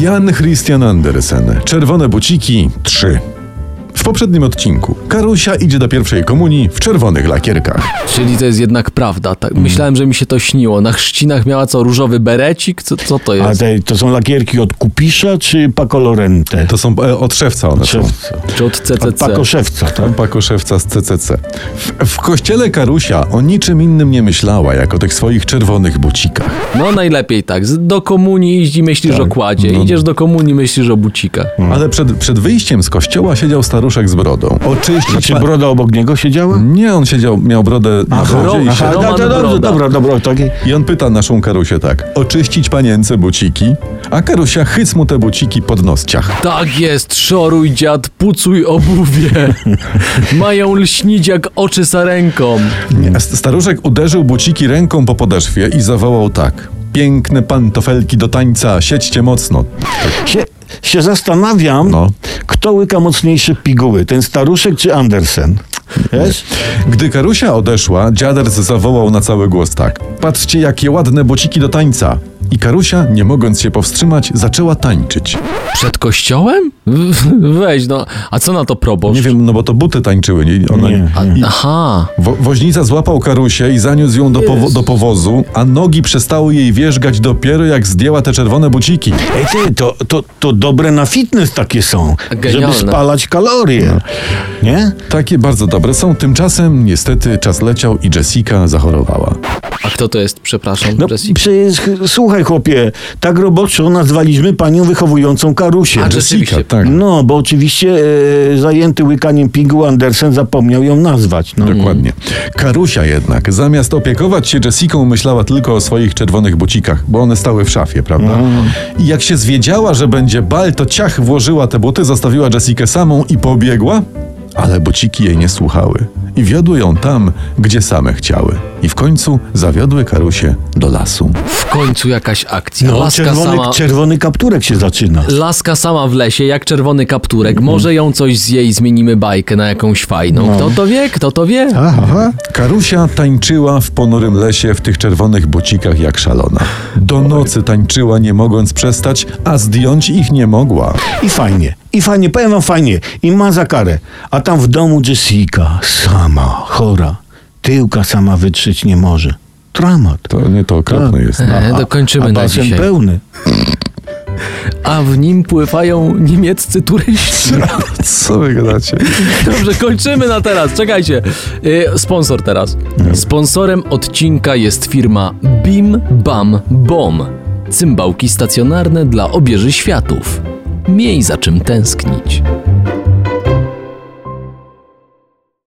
Jan Christian Andersen. Czerwone buciki 3. W poprzednim odcinku Karusia idzie do pierwszej komunii w czerwonych lakierkach. Czyli to jest jednak prawda. Tak, Mhm. myślałem, że mi się to śniło. Na chrzcinach miała co, różowy berecik? Co, co to A jest? te, to są lakierki od Kupisza czy Pakolorente? To są e, od szewca one są. Szewca. Czy od Od CCC? Pakoszewca, tak? Paku szewca z CCC. W, w kościele Karusia o niczym innym nie myślała, jak o tych swoich czerwonych bucikach. No najlepiej tak. Z- Do komunii iść i myślisz Tak, o no, kładzie. Idziesz do komunii, myślisz o bucikach. Hmm. Ale przed, przed wyjściem z kościoła siedział staruszek z brodą. Oczyścić Znaczy, Czy pa- broda obok niego siedziała? Nie, on siedział, miał brodę na brodzie i, aha. siadł. no, Roman to dobrze, Broda. dobra, dobra, tak. i on pyta naszą Karusię tak. Oczyścić panience buciki? A Karusia chyc mu te buciki pod nos ciach. Tak jest, szoruj dziad, pucuj obuwie. Mają lśnić jak oczy sarenką. Nie, a st- Staruszek uderzył buciki ręką po podeszwie i zawołał tak. Piękne pantofelki do tańca, siedźcie mocno. Się, się zastanawiam, No. kto łyka mocniejsze piguły, ten staruszek czy Andersen? Wiesz? Gdy Karusia odeszła, dziaders zawołał na cały głos tak. Patrzcie, jakie ładne buciki do tańca. I Karusia, nie mogąc się powstrzymać, zaczęła tańczyć. Przed kościołem? Weź no. A co na to proboszcz? Nie wiem, no bo to buty tańczyły. Nie, ona, Nie. A, aha. Wo- woźnica złapał Karusię i zaniósł ją do, powo- do powozu, a nogi przestały jej wierzgać dopiero jak zdjęła te czerwone buciki. Ej ty, to, to, to dobre na fitness takie są, Genialne. No. żeby spalać kalorie, nie? Takie bardzo dobre są. Tymczasem niestety czas leciał i Jessica zachorowała. A kto to jest? Przepraszam. No Jessica. przecież, słuchaj chłopie, tak roboczo nazwaliśmy panią wychowującą Karusię. A, że- Jessica, Rzeczywiście. Mm. tak. No, bo oczywiście e, zajęty łykaniem piguł Andersen zapomniał ją nazwać. No. Dokładnie. Karusia jednak, zamiast opiekować się Jessiką, myślała tylko o swoich czerwonych bucikach, bo one stały w szafie, prawda? Mm. I jak się zwiedziała, że będzie bal, to ciach włożyła te buty, zostawiła Jessikę samą i pobiegła, ale buciki jej nie słuchały. I wiodły ją tam, gdzie same chciały. I w końcu zawiodły Karusię do lasu. W końcu jakaś akcja. No, Laska czerwony, sama. czerwony kapturek się zaczyna. Laska sama w lesie, jak czerwony kapturek. Może ją coś zje i zmienimy bajkę na jakąś fajną. No. Kto to wie? Kto to wie? Aha. Karusia tańczyła w ponurym lesie w tych czerwonych bucikach jak szalona. Do nocy tańczyła, nie mogąc przestać, a zdjąć ich nie mogła. I fajnie, i fajnie, powiem wam fajnie. I ma za karę. A tam w domu Jessica, sama, chora, tyłka sama wytrzeć nie może. Dramat. To nie to okropne jest. No. E, dokończymy a na basen dzisiaj. pełny. A w nim pływają niemieccy turyści. Co wy gadacie? Dobrze, kończymy na teraz. Czekajcie. Y, Sponsor teraz. Sponsorem odcinka jest firma Bim Bam Bom. Cymbałki stacjonarne dla obieży światów. Miej za czym tęsknić.